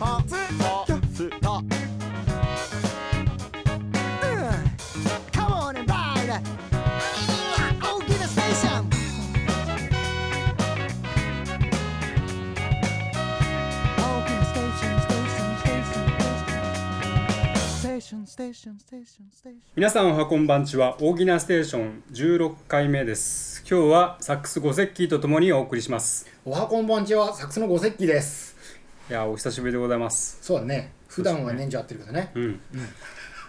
パツキャスター Come on and ride Oh give a station 皆さんおはこんばんちは大喜なステーション16回目です今日はサックス五セッキーとともにお送りしますおはこんばんちはサックスの五石器ですいやーお久しぶりでございますそうだね普段は年中会ってるけどねうん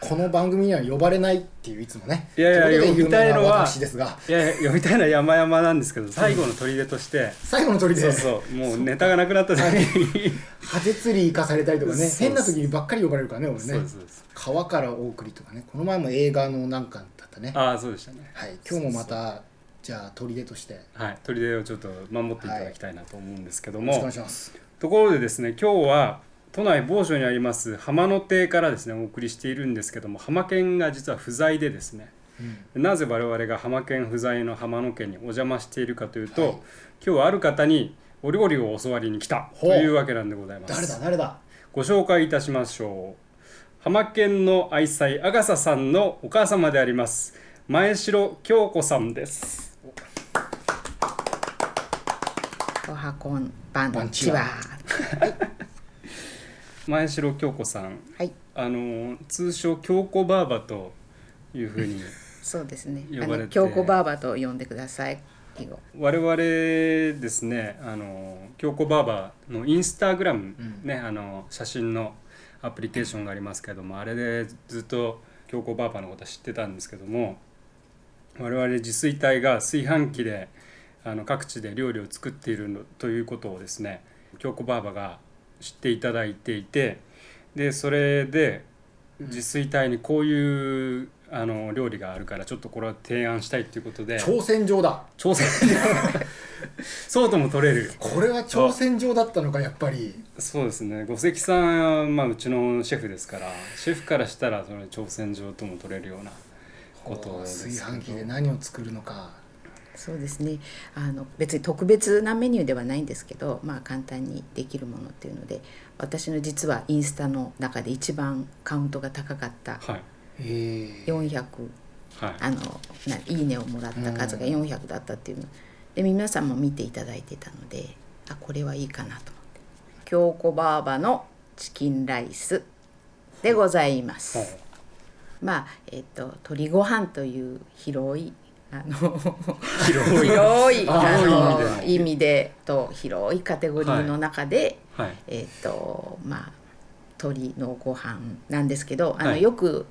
この番組には呼ばれないっていういつもねいやいやとうことで呼びたいのは有名な私ですがいやいや呼びたいのは山々なんですけど最後の砦として最後の鳥でそうそうもうネタがなくなった時に果て釣り行かされたりとかそうねそう変な時にばっかり呼ばれるからね俺そうでねすそうです川からお送りとかねこの前も映画のなんかだったねああそうでしたねはい今日もまたじゃあ鳥でとしてよはい砦をちょっと守っていただきたいなと思うんですけどろしくおも、願いしますところでですね今日は都内某所にあります浜の亭からですねお送りしているんですけども浜県が実は不在でですねうんなぜ我々が浜県不在の浜野県にお邪魔しているかというと、はい今日はある方にお料理を教わりに来たとほういうわけなんでございます誰だ誰だご紹介いたしましょう浜県の愛妻阿笠さんのお母様であります前城京子さんですおはこんばんちは。前城京子さんはい、あの通称京子ばあばというふうにそうですね。呼あばれての京子ばあばと呼んでください。以後我々ですねあの京子ばあばのインスタグラム、ねあの写真のアプリケーションがありますけどもあれでずっと京子ばあばのことは知ってたんですけども我々自炊隊が炊飯器であの各地で料理を作っているのということをですね京子ばあばが知っていただいていてでそれで自炊隊にこういうあの料理があるからちょっとこれは提案したいということで。挑戦状だ挑戦そうとも取れるこれは挑戦状だったのかやっぱりそうですね五関さんは、まあ、うちのシェフですからシェフからしたらそれ挑戦状とも取れるようなことです炊飯器けでど何を作るのかそうですね。あの別に特別なメニューではないんですけど、まあ簡単にできるものっていうので、私の実はインスタの中で一番カウントが高かったはいええ400はいあのないいねをもらった数がうん400だったっていうので皆さんも見ていただいてたので、あこれはいいかなと思って。京子ばあばのチキンライスでございます。はいまあえっと鶏ご飯という広いあの広い広いああのー意味でと広いカテゴリーの中で、はいえっとまあ鶏のご飯なんですけどあの、はいよく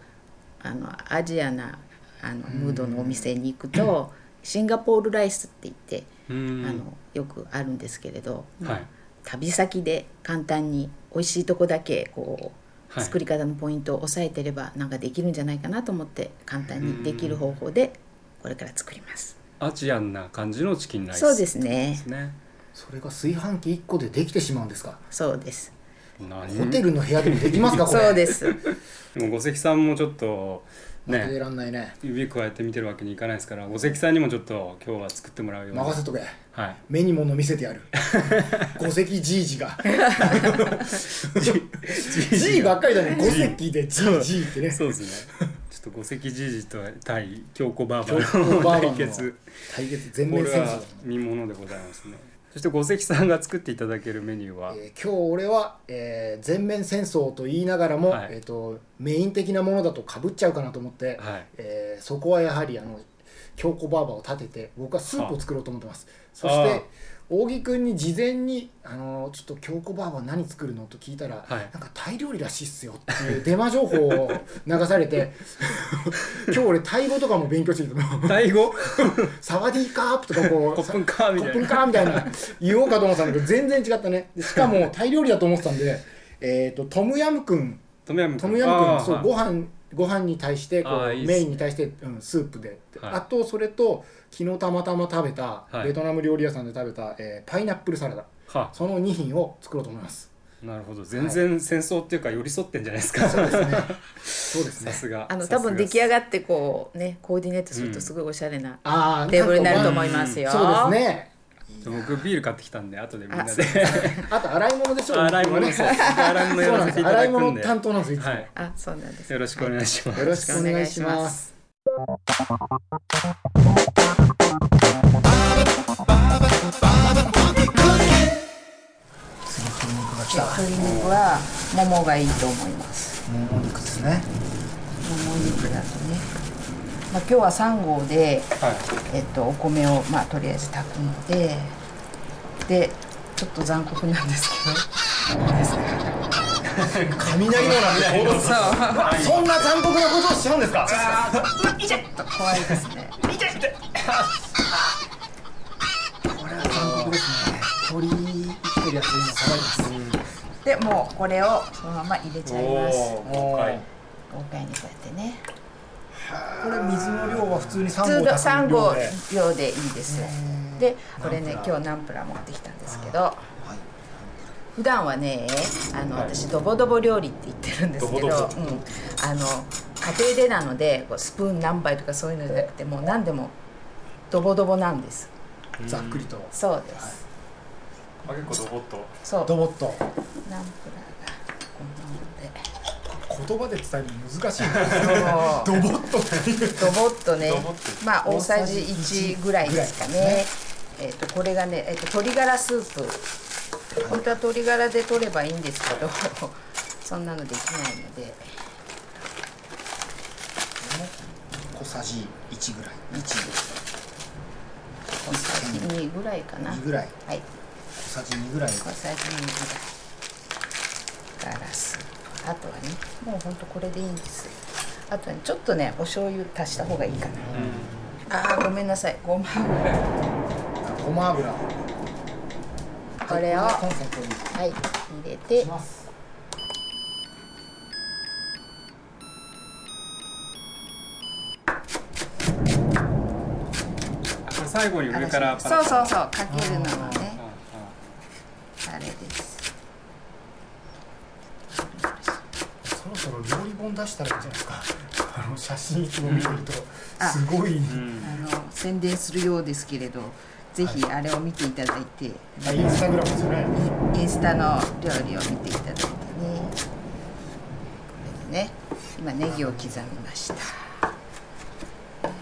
あのアジアなあのムードのお店に行くとシンガポールライスって言って、うあんのよくあるんですけれど、まあはい旅先で簡単に美味しいとこだけこう、はい作り方のポイントを押さえてればなんかできるんじゃないかなと思って簡単にできる方法でこれから作ります。アジアンな感じのチキンライスそうでですねす。ねそれが炊飯器1個でできてしまうんですかそうです。何ホテルの部屋でもできます かこれそうです。でも五関さんもちょっと負けてねらんないね指加えて見てるわけにいかないですから五関さんにもちょっと今日は作ってもらうように任せとけ はい目に物見せ てやる五石じいじがじいばっかりだね五石でじいじいってねそうですね。ちょっと五関じいじと対京子ばあば京子のばあば対の決。対決全こ面れ戦争だは見ものでございますね。そして五関さんが作っていただけるメニューは、えー今日俺は、えー全面戦争と言いながらも、はいえー、とメイン的なものだとかぶっちゃうかなと思って、はいえーそこはやはりあの京子ばあばを立てて僕はスープを作ろうと思ってますそしああて扇君に事前に「あのーちょっと京子ばあば何作るの?」と聞いたら、はいなんかタイ料理らしいっすよ」っていう デマ情報を流さ れて今日俺タイ語とかも勉強してるけどタイ語、サワディーカープとかこうコップンカーみコたいップンな。カーみたいな言おうかと思ったんだけど全然違ったねでしかもタイ料理だと思ってたんでえーとトムヤムクントムヤムトムヤムクンあーそうはいご飯ご飯に対してこあーういいっすねメインに対して、うん、スープで、はいあとそれと昨日たまたま食べた、はいベトナム料理屋さんで食べた、えーパイナップルサラダはその2品を作ろうと思いますなるほど全然戦争っていうか寄り添ってんじゃないですか、そうですさねすがあのさ多すが分出来上がってこうねコーディネートするとすごいおしゃれな、ああテーブルになると思いますよそうですね僕ビール買ってきたんで後でみんなあであと洗い物でしょう洗い物そう洗い物そやうらなせんでていすただ洗いくん物で担当なんですよいつも、はいあそうなんですよろしくお願いしますよろしくお願いします鶏肉はももがいいと思いますもも肉ですねもも肉だとね、まあ、今日は3合で、はえっと、お米をまあとりあえず炊くのででちょっと残酷なんです けどいいですね雷のなんで そんな残酷なことをしちゃうんですか怖いですねこれは残酷ですね鳥生きてるやつ今さばいますでもうこれをそのまま入れちいゃいますおおはい豪快にこうやってねこれ水の量は普通に普通の3 3合合炊く量量ででいいですうんでこれねナンプラー今日ナンプラー持ってきたんですけどはい普段はねあのはい私ドボドボ料理って言ってるんですけドど、うん、ボあドの家庭でなのでこうスプーン何杯とかそういうのじゃなくてもう何でもドボドボなんですざっくりとそうですあ結構ドボッとそうドボッとナンプラーがこんなもので言葉で伝えるの難しいな そうドボッとっていうドボッとねドボッとまあ大さじ1ぐらいですかぐらいねえっ、とこれがね、えっと鶏ガラスープ本当は鶏ガラで取ればいいんですけど そんなのできないので小さじ1ぐらい小さじ2ぐらいかな12ぐらいはい小さじ2ぐらい小さじ2ぐらいガラスープあとはねもうほんとこれでいいんですよあとはねちょっとねお醤油足した方がいいかな、ああーごめんなさいごま油ごま油これをコンセントにはい入れてしますこれ最後に上からパそラうパそラうそうかけるのはねあああれですそろそろ料理本出したらいいんじゃないですかあの写真いつも見てるとすごいうんあの宣伝するようですけれどぜひあれを見ていただいて、あインスタグラムですよねインスタの料理を見ていただいてねこれでね今ネギを刻みました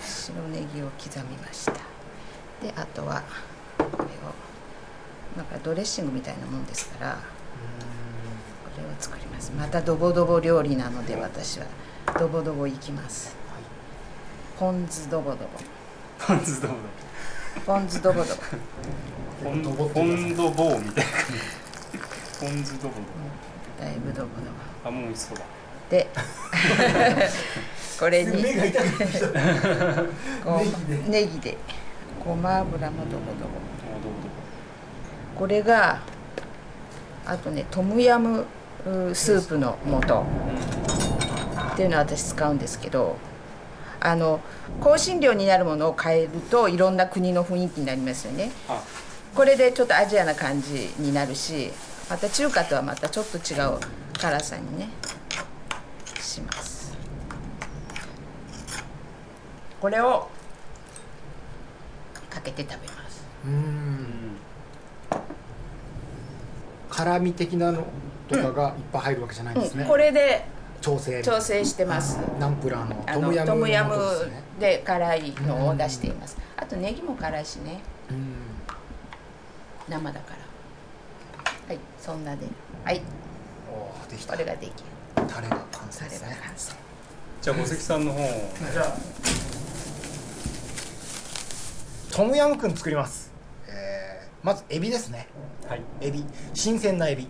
白ネギを刻みましたであとはこれをなんかドレッシングみたいなもんですからこれを作りますまたドボドボ料理なので私はドボドボいきますポン酢ドボドポン酢ドボだボポン酢ドボドボポンポンドボーみたいなポン酢ドボだいぶドボドボだあもう美味しそうだで これに目が痛くなっごネギネギでごま油もどこどこドボドボドボこれがあとねトムヤムうースープの素っていうのを私使うんですけどあの香辛料になるものを変えるといろんな国の雰囲気になりますよねあこれでちょっとアジアな感じになるしまた中華とはまたちょっと違う辛さにねしますこれをかけて食べますうん辛味的なのとかがいっぱい入るわけじゃないんですうんねこれで調整調整してますナンプラーのあトのムヤムトムヤムのことですねで辛いのを出していますあとネギも辛いしねうん生だからはいそんなではいおーできたこれができタレが完成それですがね完成じゃあ五関さんの方をじゃあトムヤムくん作ります、えー、まずエビですねはいエビ新鮮なエビ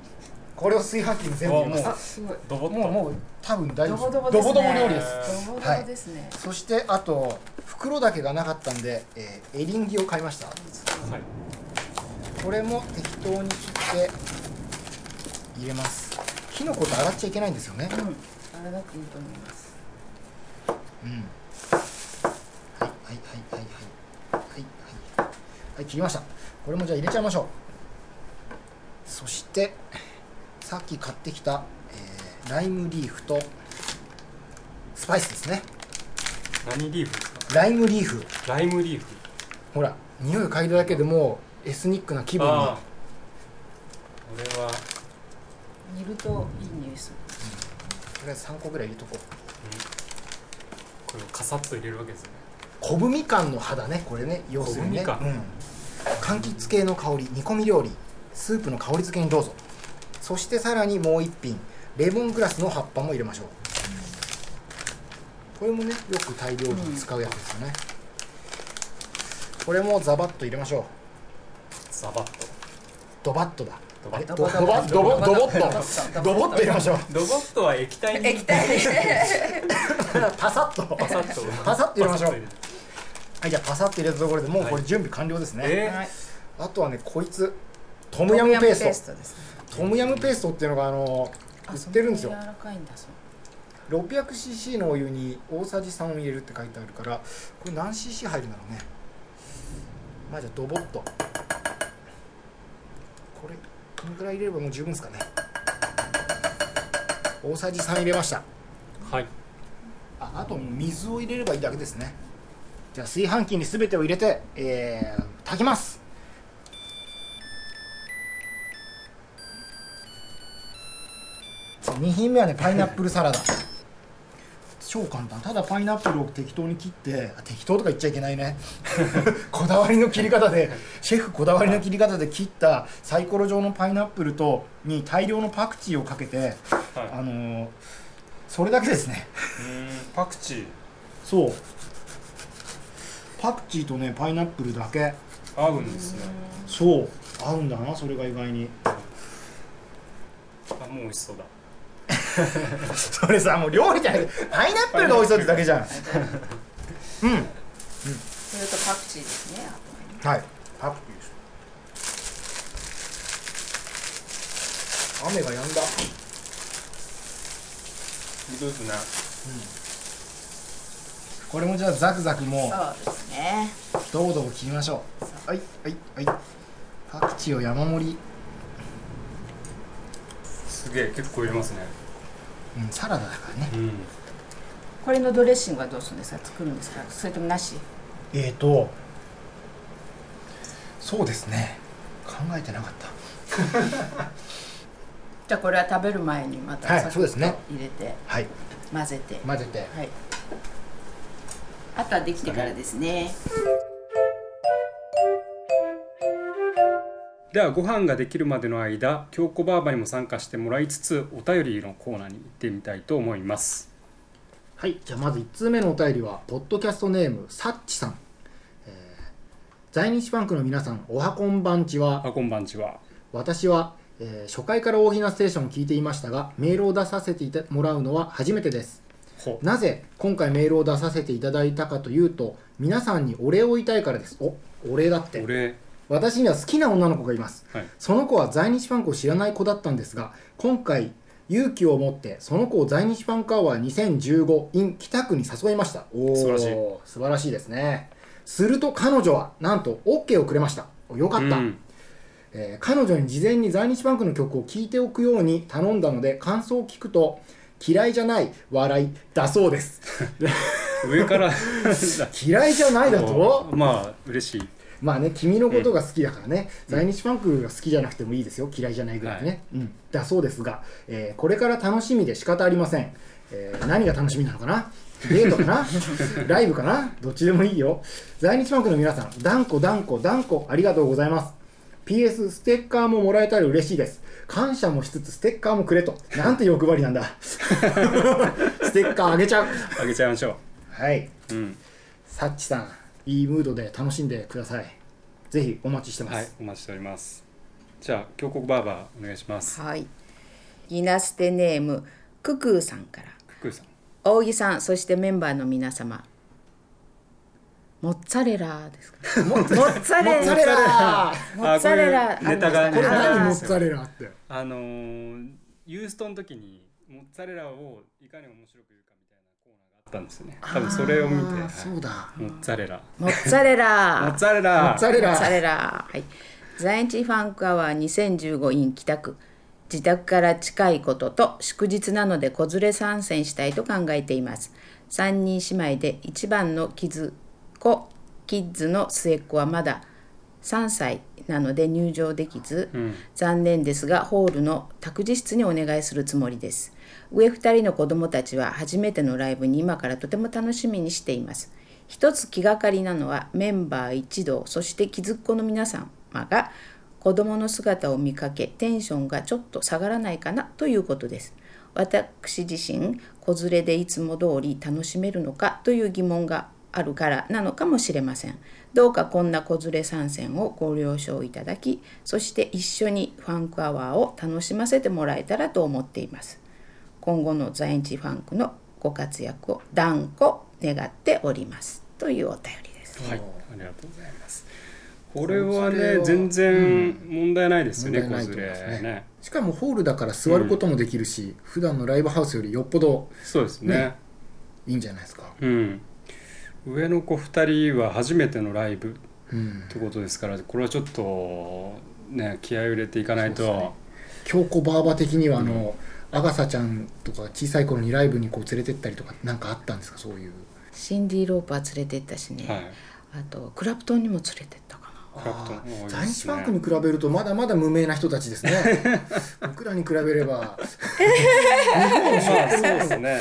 これを炊飯器に全部入れますあすごいドボッともうもう多分大丈夫ドボドドボですねボドボ料理ですドボドボですねそしてあと袋だけがなかったんで、えーエリンギを買いましたはいこれも適当に切って入れますキノコって洗っちゃいけないんですよねうんあれなくいいと思いますうんはいはいはいはいはいはいはいはい切りましたこれもじゃあ入れちゃいましょうそしてさっき買ってきた、えーライムリーフとスパイスですね何リーフですかライムリーフライムリーフほら匂いを嗅いだだけでもうエスニックな気分ああがこれは煮るといい匂いするとりあえず3個ぐらい入れとこうこれをカサッと入れるわけですね昆布みかんの肌ねこれね要するにね昆布みかんうん柑橘系の香り煮込み料理スープの香り付けにどうぞそしてさらにもう一品レモングラスの葉っぱも入れましょうこれもねよくタイ料理に使うやつですよね、これもザバッと入れましょうザバッとドバッとだドあバれッドとバドバドバドボッとドボッと入れましょうドボットは液体に液体でパサッとパサッとパサッと入れましょうパサッと入れるはいじゃあパサッと入れたところでもうこはれい準備完了ですね、えはいあとはねこいつトムヤムペーストですねトムヤムペーストっていうのがあの売ってるんですよあそなに柔らかいんだそう 600cc のお湯に大さじ3を入れるって書いてあるからこれ何 cc 入るんだろうねまあじゃあドボッとこれこのくらい入れればもう十分ですかね大さじ3入れましたはいああともう水を入れればいいだけですねじゃあ炊飯器に全てを入れて、えー、炊きます2品目はねパイナップルサラダ超簡単ただパイナップルを適当に切ってあ適当とか言っちゃいけないね こだわりの切り方 でシェフこだわりの切り方で切ったサイコロ状のパイナップルとに大量のパクチーをかけてあはいのーそれだけですねうんパクチーそうパクチーとねパイナップルだけ合うんですねそう合うんだなそれが意外にあもう美味しそうだそれさもう料理じゃないパイナップルが美味しそうってだけじゃんうんそれとパクチーですねあとははいパクチーです雨が止んだ本当ですねこれもじゃあザクザクもそうですねうどぼどぼ切りましょうはいはいはいパクチーを山盛り、すげえ結構入れますねうん、サラダだからねうんこれのドレッシングはどうするんですか作るんですかそれともなしえーとそうですね考えてなかったじゃあこれは食べる前にまたはいさっきそうですね入れてはい混ぜて混ぜてはいあとはできてからですねではご飯ができるまでの間京子ばあばにも参加してもらいつつお便りのコーナーに行ってみたいと思いますはいじゃあまず1通目のお便りはポッドキャストネームサッチさん、えー在日ファンクの皆さんおはこんばんちはあこんばんちは私は、えー初回から大ひなステーションを聞いていましたがメールを出させていたもらうのは初めてですほなぜ今回メールを出させていただいたかというと皆さんにお礼を言いたいからですおお礼だって俺私には好きな女の子がいますはいその子は在日ファンクを知らない子だったんですが今回勇気を持ってその子を在日ファンクアワー2015 in 北区に誘いましたおー素晴らしい素晴らしいですねすると彼女はなんと OK をくれましたおよかった、うんえー彼女に事前に在日ファンクの曲を聴いておくように頼んだので感想を聞くと嫌いじゃない笑いだそうです上から嫌いじゃ ないだとまあ嬉しいまあね、君のことが好きだからね、在日ファンクが好きじゃなくてもいいですよ、嫌いじゃないぐらいね、うん、だそうですが、えーこれから楽しみで仕方ありません、えー何が楽しみなのかな、デートかな、ライブかな、どっちでもいいよ、在日ファンクの皆さん、断固、断固、断固、ありがとうございます。PS ステッカーももらえたら嬉しいです感謝もしつつステッカーもくれとなんて欲張りなんだステッカーあげちゃうあげちゃいましょはい、ううんサッチさんいいムードで楽しんでくださいぜひお待ちしてます、はいお待ちしておりますじゃあ京子ばあばお願いしますはいイナステネームククーさんから福井さん大木さんそしてメンバーの皆様モッツァレラですか モッツモッツァレラモッツァレラあこうモッツァレラいうネタがあありこれましたね何モもッツァレラってあのーユーストの時にモッツァレラをいかに面白く言うかみたいなコーナーがあったんですよね多分それを見て、あはーいそうだモッツァレラモッツァレモラッツァレラモッツァレモッツァラレラはい在日ファンクアワー2015 in 北区自宅から近いことと祝日なので子連れ参戦したいと考えています3人姉妹で一番のキズ子キッズの末っ子はまだ3歳なので入場できず、残念ですがホールの託児室にお願いするつもりです上2人の子供たちは初めてのライブに今からとても楽しみにしています一つ気がかりなのはメンバー一同そして気づっ子の皆様が子供の姿を見かけテンションがちょっと下がらないかなということです私自身子連れでいつも通り楽しめるのかという疑問があるからなのかもしれませんどうかこんな子連れ参戦をご了承いただきそして一緒にファンクアワーを楽しませてもらえたらと思っています今後の在日ファンクのご活躍を断固願っておりますというお便りですはい、ありがとうございます。これはね、全然問題ないですよね、問子題ない連とれ思いますねね。しかもホールだから座ることもできるし、普段のライブハウスよりよっぽどそうですね。ねいいんじゃないですか、うん。上の子二人は初めてのライブうんってことですから、これはちょっとね、気合を入れていかないそうですと。京子ばあば的にはあの、アガサちゃんとか小さい頃にライブにこう連れてったりとかなんかあったんですかそういうシンディ・ローパー連れてったしね、はい。あとクラプトンにも連れてったかなクラプトンあ多いーですね在日ファンクに比べるとまだまだ無名な人たちですね 僕らに比べればまあ、そうですね。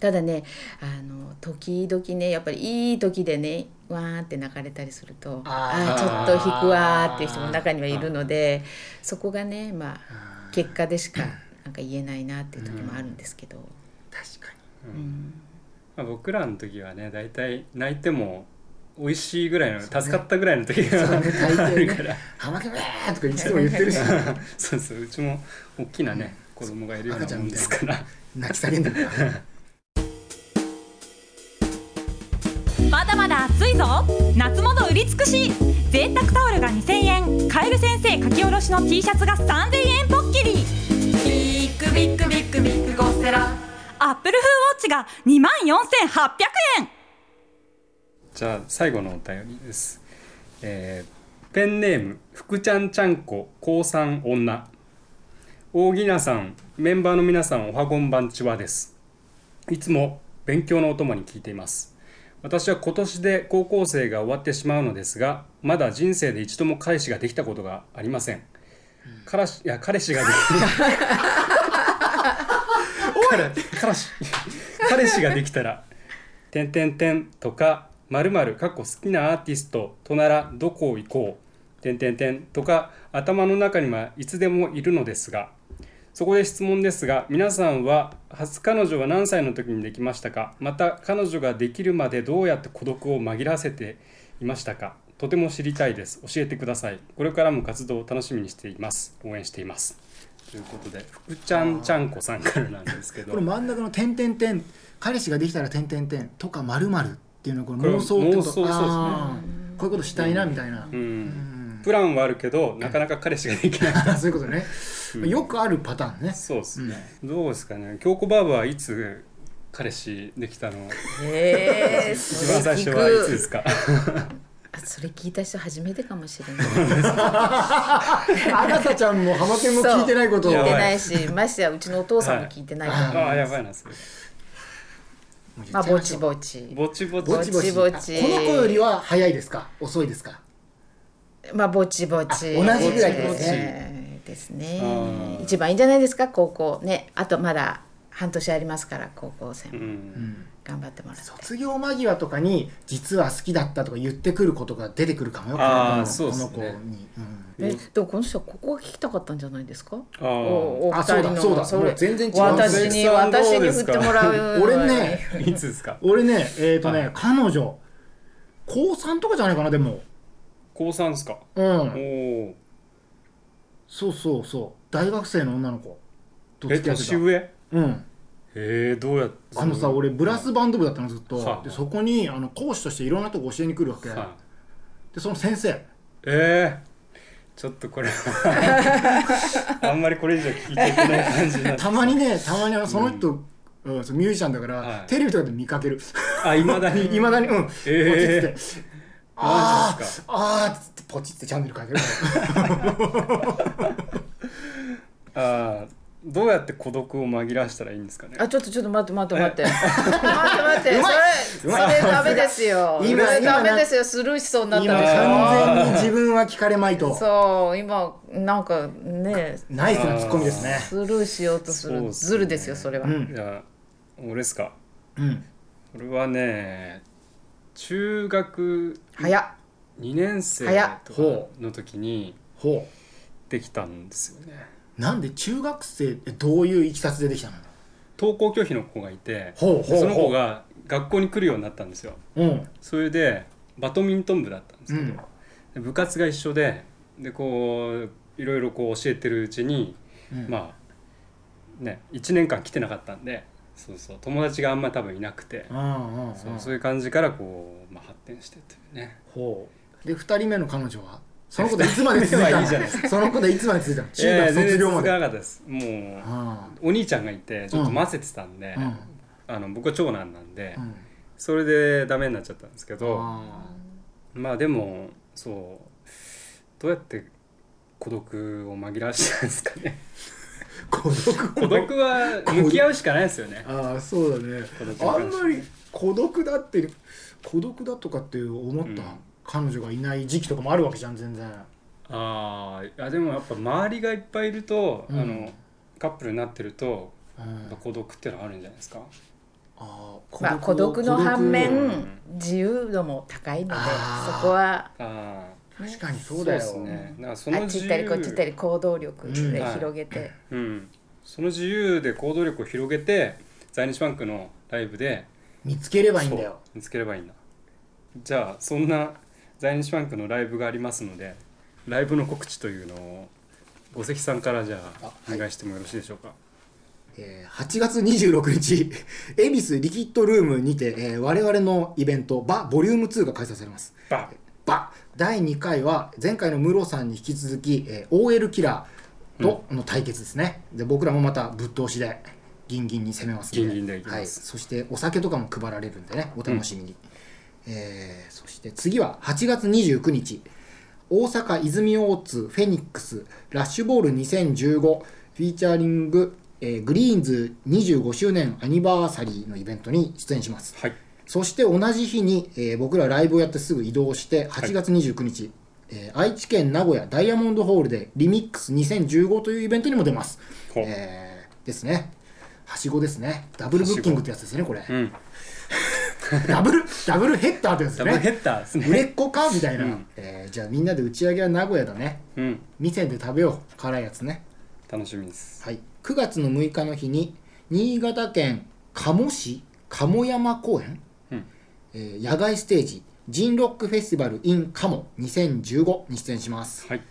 ただねあの時々ねやっぱりいい時でねわーって泣かれたりするとああーあーちょっと引くわーっていう人も中にはいるのでそこがねまああー結果でしかなんか言えないなっていう時もあるんですけど、確かにまあ、僕らの時はね、大体泣いても。美味しいぐらいの、助かったぐらいの時が、 あ大る抵からね。「浜辺ーとかいつも言ってる し そうそう、うちも大きなね、子供がいるようなもんですから。泣き叫んでるからまだまだ暑いぞ夏物売り尽くし贅沢タオルが2000円カエル先生書き下ろしの T シャツが3000円ポッキリビッグビッグビッグビッグゴセラアップルフウォッチが2万4800円じゃあ最後のお便りです、えーペンネーム福ちゃんちゃんこ高三女大木奈さんメンバーの皆さんおはこんばんちはですいつも勉強のお供に聞いています私は今年で高校生が終わってしまうのですがまだ人生で一度も彼氏ができたことがありません、彼氏いや彼氏ができ 彼彼氏彼氏ができたら「てんてんてん」とか「まるまるかっこ好きなアーティスト」とならどこ行こう「てんてんてん」とか頭の中にはいつでもいるのですがそこで質問ですが皆さんは初彼女は何歳の時にできましたかまた彼女ができるまでどうやって孤独を紛らわせていましたかとても知りたいです教えてくださいこれからも活動を楽しみにしています応援していますということで福ちゃんちゃんこさんからなんですけど この真ん中の「点点点」「彼氏ができたら点点点」とか「まるまるっていうのはここれの妄想ってこと妄想そうですねあーこういうことしたいなみたいな、うんプランはあるけどなかなか彼氏ができ ないそういうことね、よくあるパターンねそうですね、どうですかね京子ばあばはいつ彼氏できた のへえ 一そ番れ最初聞くはいつですかあそれ聞いた人初めてかもしれないあなたちゃんもハマケンも聞いてないことをそうや聞いてばもないしましてやうちのお父さんも聞いてないと思う、 ああやばいなそれう言っちまゃあいぼましちょうぼちぼちぼちぼちぼちぼちぼちあこの子よりは早いですか遅いですかまあぼちぼちあ同じぐらいでですすねねですあねー一番いいんじゃないですか高校ねあとまだ半年ありますから高校生うもん頑張ってもらって、卒業間際とかに実は好きだったとか言ってくることが出てくるかもよあーこそうのっすこねの子に、うんうんえでもこの人はここが聞きたかったんじゃないですかあおお二あそう人だのそうだれもう全然違う私鈴に木さんどう私にです振っかてもらう俺ねあいつですか俺ねえっ、とね、は彼女高3とかじゃないかなでも高三ですかうんおおそうそうそう大学生の女の子とえ付き合って年た、上へうん、えどうやってあのさ俺ブラスバンド部だったのずっと、はあでそこにあの講師としていろんなとこ教えに来るわけ、はいでその先生えーちょっとこれは あんまりこれ以上聞いていけない感じになってたまにねたまにあのその人、うんそのミュージシャンだから、はいテレビとかで見かける あいまだにいまだにうん、えポチって マあジーです あーっつってポチってチャンネル変えてるからああどうやって孤独を紛らわしたらいいんですかねあちょっとちょっと待って待って待って待って待ってそれそれダメですよ今それ今ダなメですよスルーしそうになった今でし完全に自分は聞かれまいとょそう今なんかねナイスなツッコミですねスルーしようとそすうるですねズルですよそれは、うんいや俺ですかうん俺はね中学早っ2年生早っとかほの時にほできたんですよねうなんで中学生ってどういういきさつでできたの登校拒否の子がいてほうほうほうその子が学校に来るようになったんですようんそれでバドミントン部だったんですうけど、んで部活が一緒ででこういろいろこう教えてるうちに、うんまあね1年間来てなかったんでそうそう友達があんま多分いなくて、うんうんうんそうそういう感じからこう、まあ、発展してというねほうで二人目の彼女はそのこといつまで続いたいいじゃないで のそのこといつまで続いたの中いや学いや全然卒業ま続でかなかったですもうあお兄ちゃんがいてちょっと混ぜてたんで、あうんあの僕は長男なんで、うんそれでダメになっちゃったんですけどあまあでもそうどうやって孤独を紛らわしたんですかねー孤独孤独は向き合うしかないですよねああそうだね孤独あんまり孤独だって孤独だとかって思った、うん彼女がいない時期とかもあるわけじゃん全然あーいやでもやっぱ周りがいっぱいいると、うんあのカップルになってるとうんやっぱ孤独っていうのはあるんじゃないですか、あーまあ、孤独の反孤面独自由度も高いのであーそこはああ確かにそうだよですねだからそのあっち行自ったり由こっち行ったり行動力うんではい広げて、うん、その自由で行動力を広げて在日バンクのライブで見つければいいんだよそう見つければいいんだじゃあそんな在日バンクのライブがありますのでライブの告知というのを五関さんからじゃああはいお願いしてもよろしいでしょうか、えー8月26日、 恵比寿リキッドルームにて、えー我々のイベント、バボリューム2が開催されます。ババ第2回は、前回のムロさんに引き続き、えー OL キラーとの対決ですね。で、僕らもまたぶっ通しで、ギンギンに攻めますのギンギンでいきますはい。そして、お酒とかも配られるんでね、お楽しみに。えーそして次は8月29日大阪泉大津フェニックスラッシュボール2015フィーチャリング、えーグリーンズ25周年アニバーサリーのイベントに出演しますはいそして同じ日に、えー僕らライブをやってすぐ移動して8月29日、えー愛知県名古屋ダイヤモンドホールでリミックス2015というイベントにも出ます、ほうえーですねはしごですねダブルブッキングってやつですねこれうん ダブルダブルヘッダーってやつでダブすねルヘッダーですね売れっ子かみたいな、うんえーじゃあみんなで打ち上げは名古屋だねうん店で食べよう辛いやつね、楽しみですはい、9月の6日の日に新潟県鴨市鴨山公園、うんえー野外ステージジンロックフェスティバル in 鴨2015に出演しますはい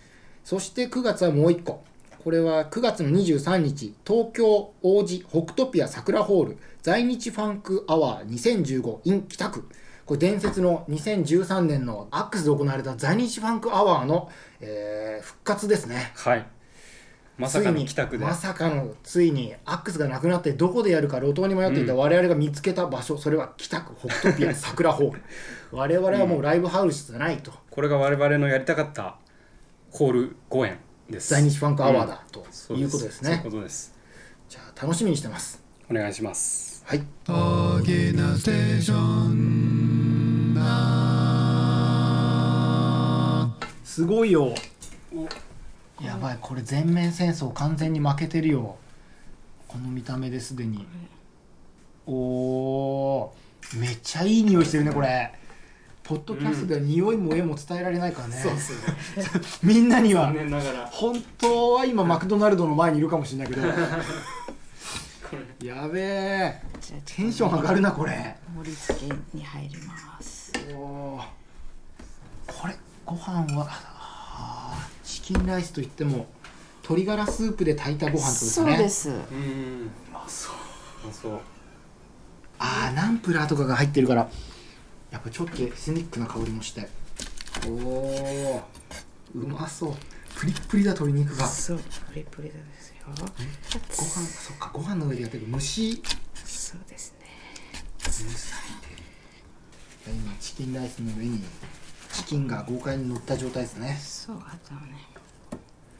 そして9月はもう1個これは9月の23日東京王子北トピア桜ホール在日ファンクアワー 2015in 北区これ伝説の2013年のアックスで行われた在日ファンクアワーの、えー復活ですねはいまさかついのに帰宅でまさかのついにアックスがなくなってどこでやるか路頭に迷っていたうん我々が見つけた場所、それは北区北トピア桜ホール 我々はもうライブハウスじゃないと、これが我々のやりたかったホール公演です在日ファンクアワーだ、とそういうことですそういねうことですじゃあ楽しみにしてますお願いしますはいすごいよやばいこれ全面戦争完全に負けてるよこの見た目ですでにおーめっちゃいい匂いしてるねこれポッドキャストでは匂いも絵も伝えられないからね、 みんなには念ながら本当は今マクドナルドの前にいるかもしれない けどやべえじゃあちテンション上がるなこれょっと盛り付けに入りますおーこれご飯はあーチキンライスといっても鶏ガラスープで炊いたご飯ってことですそねうですうんあそうそうあーナンプラーとかが入ってるからやっぱちょっとエスニックな香りもしておおうまそうプリップリだ鶏肉がそうプリプリなんですよご飯そっかご飯の上でやってる蒸しそうですね今チキンライスの上にチキンが豪快に乗った状態ですねそうあとはね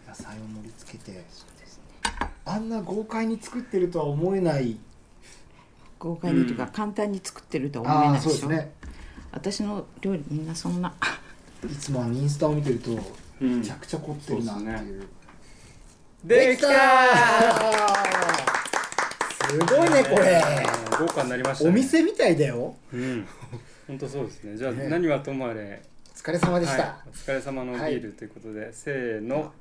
や野菜を盛り付けてそうですねあんな豪快に作ってるとは思えない豪快にというか簡単に作ってるとは思えあなあいでそうでしすょ、ね私の料理みんなそんないつもあのインスタを見てるとうんめちゃくちゃ凝ってるなっていう、できたーすごいねこれ豪華になりましたねお店みたいだようん本当そうですねじゃあね何はともあれお疲れ様でした、はい、お疲れ様のビールということで、せーの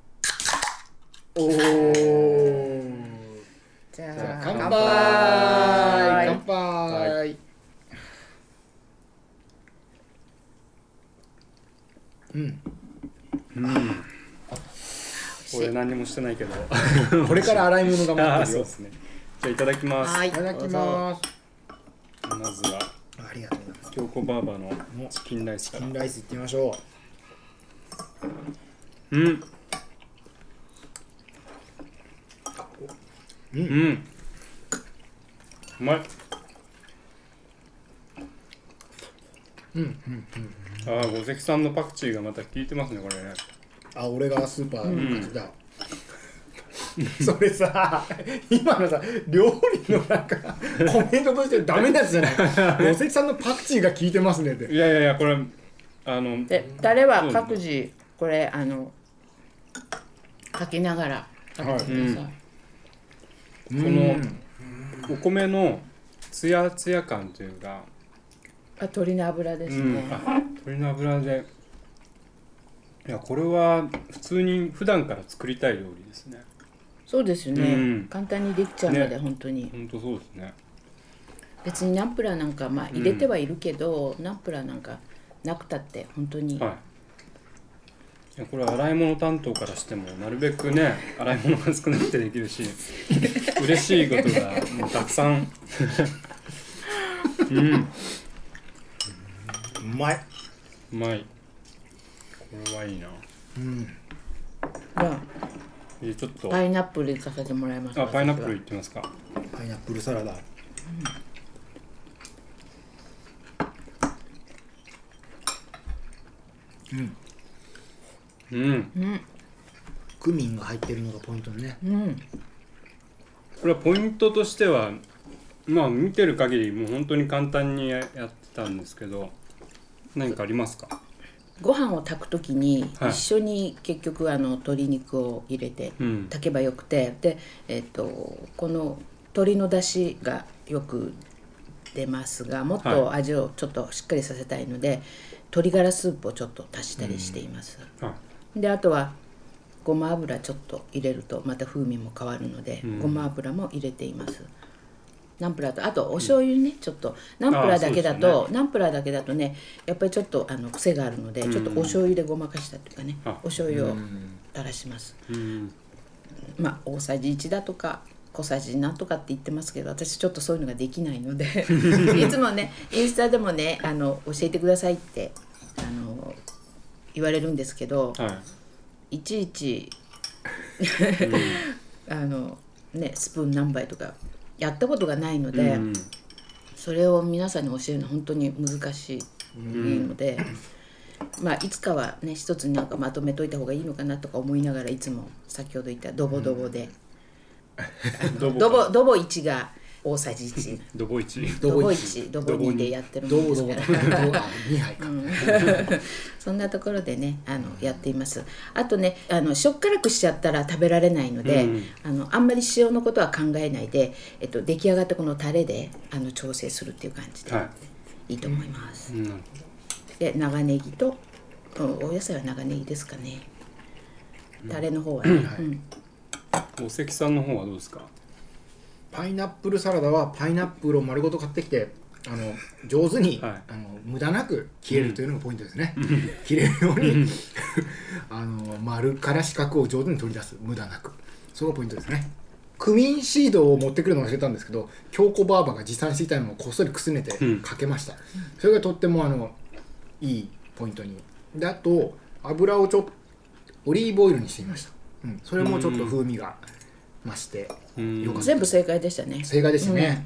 おーじじゃゃああ乾杯乾杯うん俺何にもしてないけどこれから洗い物があ あ待っそうてるよですねじゃあいただきます、はいいただきますまずはありがとうございます京子ばあばのチキンライスかチらキンライスいってみましょううんううんんうまいうんうんああ五関さんのパクチーがまた効いてますねこれねあ俺がスーパーの感じだ、 それさ今のさ料理のなんかコメントとしてダメなやつじゃない野関さんのパクチーが効いてますねっていやいやいやこれあのでタレは各自これあのかけながらかけてください、このお米のツヤツヤ感というか、あ鶏の油ですうんね、、あ鶏の油でいやこれは普通に普段から作りたい料理ですねそうですよね、うん簡単にできちゃうので、ね本当にほんとそうですね別にナンプラーなんかまあ入れてはいるけど、ナンプラーなんかなくたって本当に、はいいやこれ洗い物担当からしてもなるべくね洗い物が少なくてできるし 嬉しいことがもうたくさんうんうまいうまいこれはいいなじゃえちょっとあパイナップルいかせてもらいますあパイナップル私いってますかパイナップルサラダうんクミンが入ってるのがポイントねはうんこれはポイントとしてはまあ見てる限りもう本当に簡単にややってたんですけど何かありますかご飯を炊く時にはい一緒に結局あの鶏肉を入れてうん炊けばよくてで、えっとこの鶏の出汁がよく出ますがもっと味をちょっとしっかりさせたいので、鶏ガラスープをちょっと足したりしています、あであとはごま油ちょっと入れるとまた風味も変わるので、ごま油も入れていますナンプラーとあとお醤油ね、ちょっとナンプラーだけだああそうと、ナンプラーだけだとねやっぱりちょっとあの癖があるので、ちょっとお醤油でごまかしたというかねあお醤油を垂らします、うんまあ大さじ1だとか小さじなんとかって言ってますけど私ちょっとそういうのができないので いつもねインスタでもねあの教えてくださいってあの言われるんですけど、はいいちいち、 あのねスプーン何杯とかやったことがないので、うんそれを皆さんに教えるのは本当に難しいので、まあいつかはね一つになんかまとめといた方がいいのかなとか思いながらいつも先ほど言ったドボドボで、 ドボドボドボ1が大さじ1ドボイチドボ1ドボ2でやってるどもんでうすどうかどうら。 2杯か、 そんなところでねあのやっていますあとねあのしょっからくしちゃったら食べられないので、うんあのあんまり塩のことは考えないで、えっと、出来上がったこのタレであの調整するっていう感じではいいと思います、うんなるで長ネギとおお野菜は長ネギですかねタレの方はね、うんほどお関さんの方はどうですかパイナップルサラダはパイナップルを丸ごと買ってきてあの上手に、はいあの無駄なく切れるというのがポイントですね、 切れるように あの丸から四角を上手に取り出す無駄なくそこがポイントですねクミンシードを持ってくるのを忘れたんですけど京子ばあばが持参していたのをこっそりくすねてうんかけました、それがとってもあのいいポイントにであと油をちょっオリーブオイルにしてみました、うん、それもちょっと風味が増してうんよかった全部正解でしたね正解でしたね、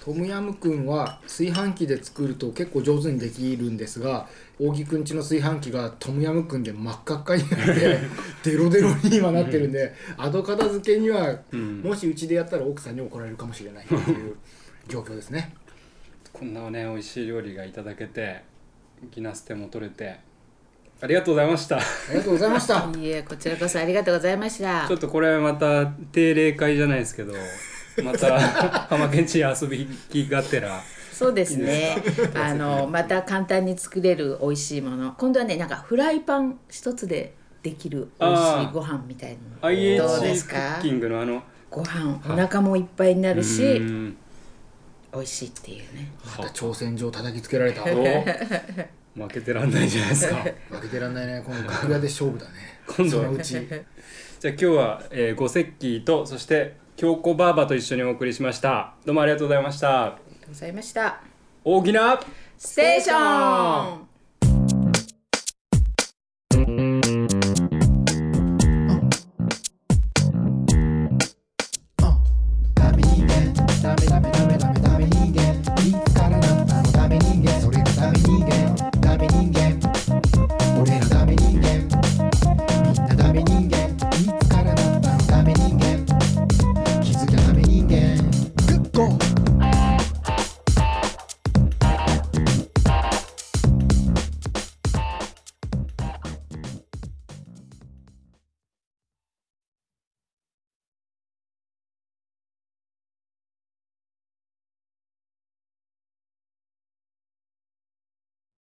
トムヤムくんは炊飯器で作ると結構上手にできるんですが扇くんちの炊飯器がトムヤムくんで真っ赤っかになって デロデロに今なってるんで後片付けにはうんもしうちでやったら奥さんに怒られるかもしれないっていう状況ですね。こんなね美味しい料理がいただけてギナステも取れてありがとうございましたちありがとうござい ました。いえこちらこそありがとうございましたょっとこれまた定例会じゃないです けどまた浜県知遊びきがてらそうですね あのまた簡単に作れる美味しいもの今度はねなんかフライパン一つでできる美味しいご飯みたいなの IH クどうですかッキングのあのご飯お腹もいっぱいになるし、うん美味しいっていうねまた挑戦状叩きつけられ た。お負けてらんないじゃないです か負けてらんないね。この楽屋で勝負だね。今度そのはうち。じゃあ今日は、えー、ご石器とそして京子ばあばと一緒にお送りしましたどうもありがとうございましたありがとうございました大きなステーション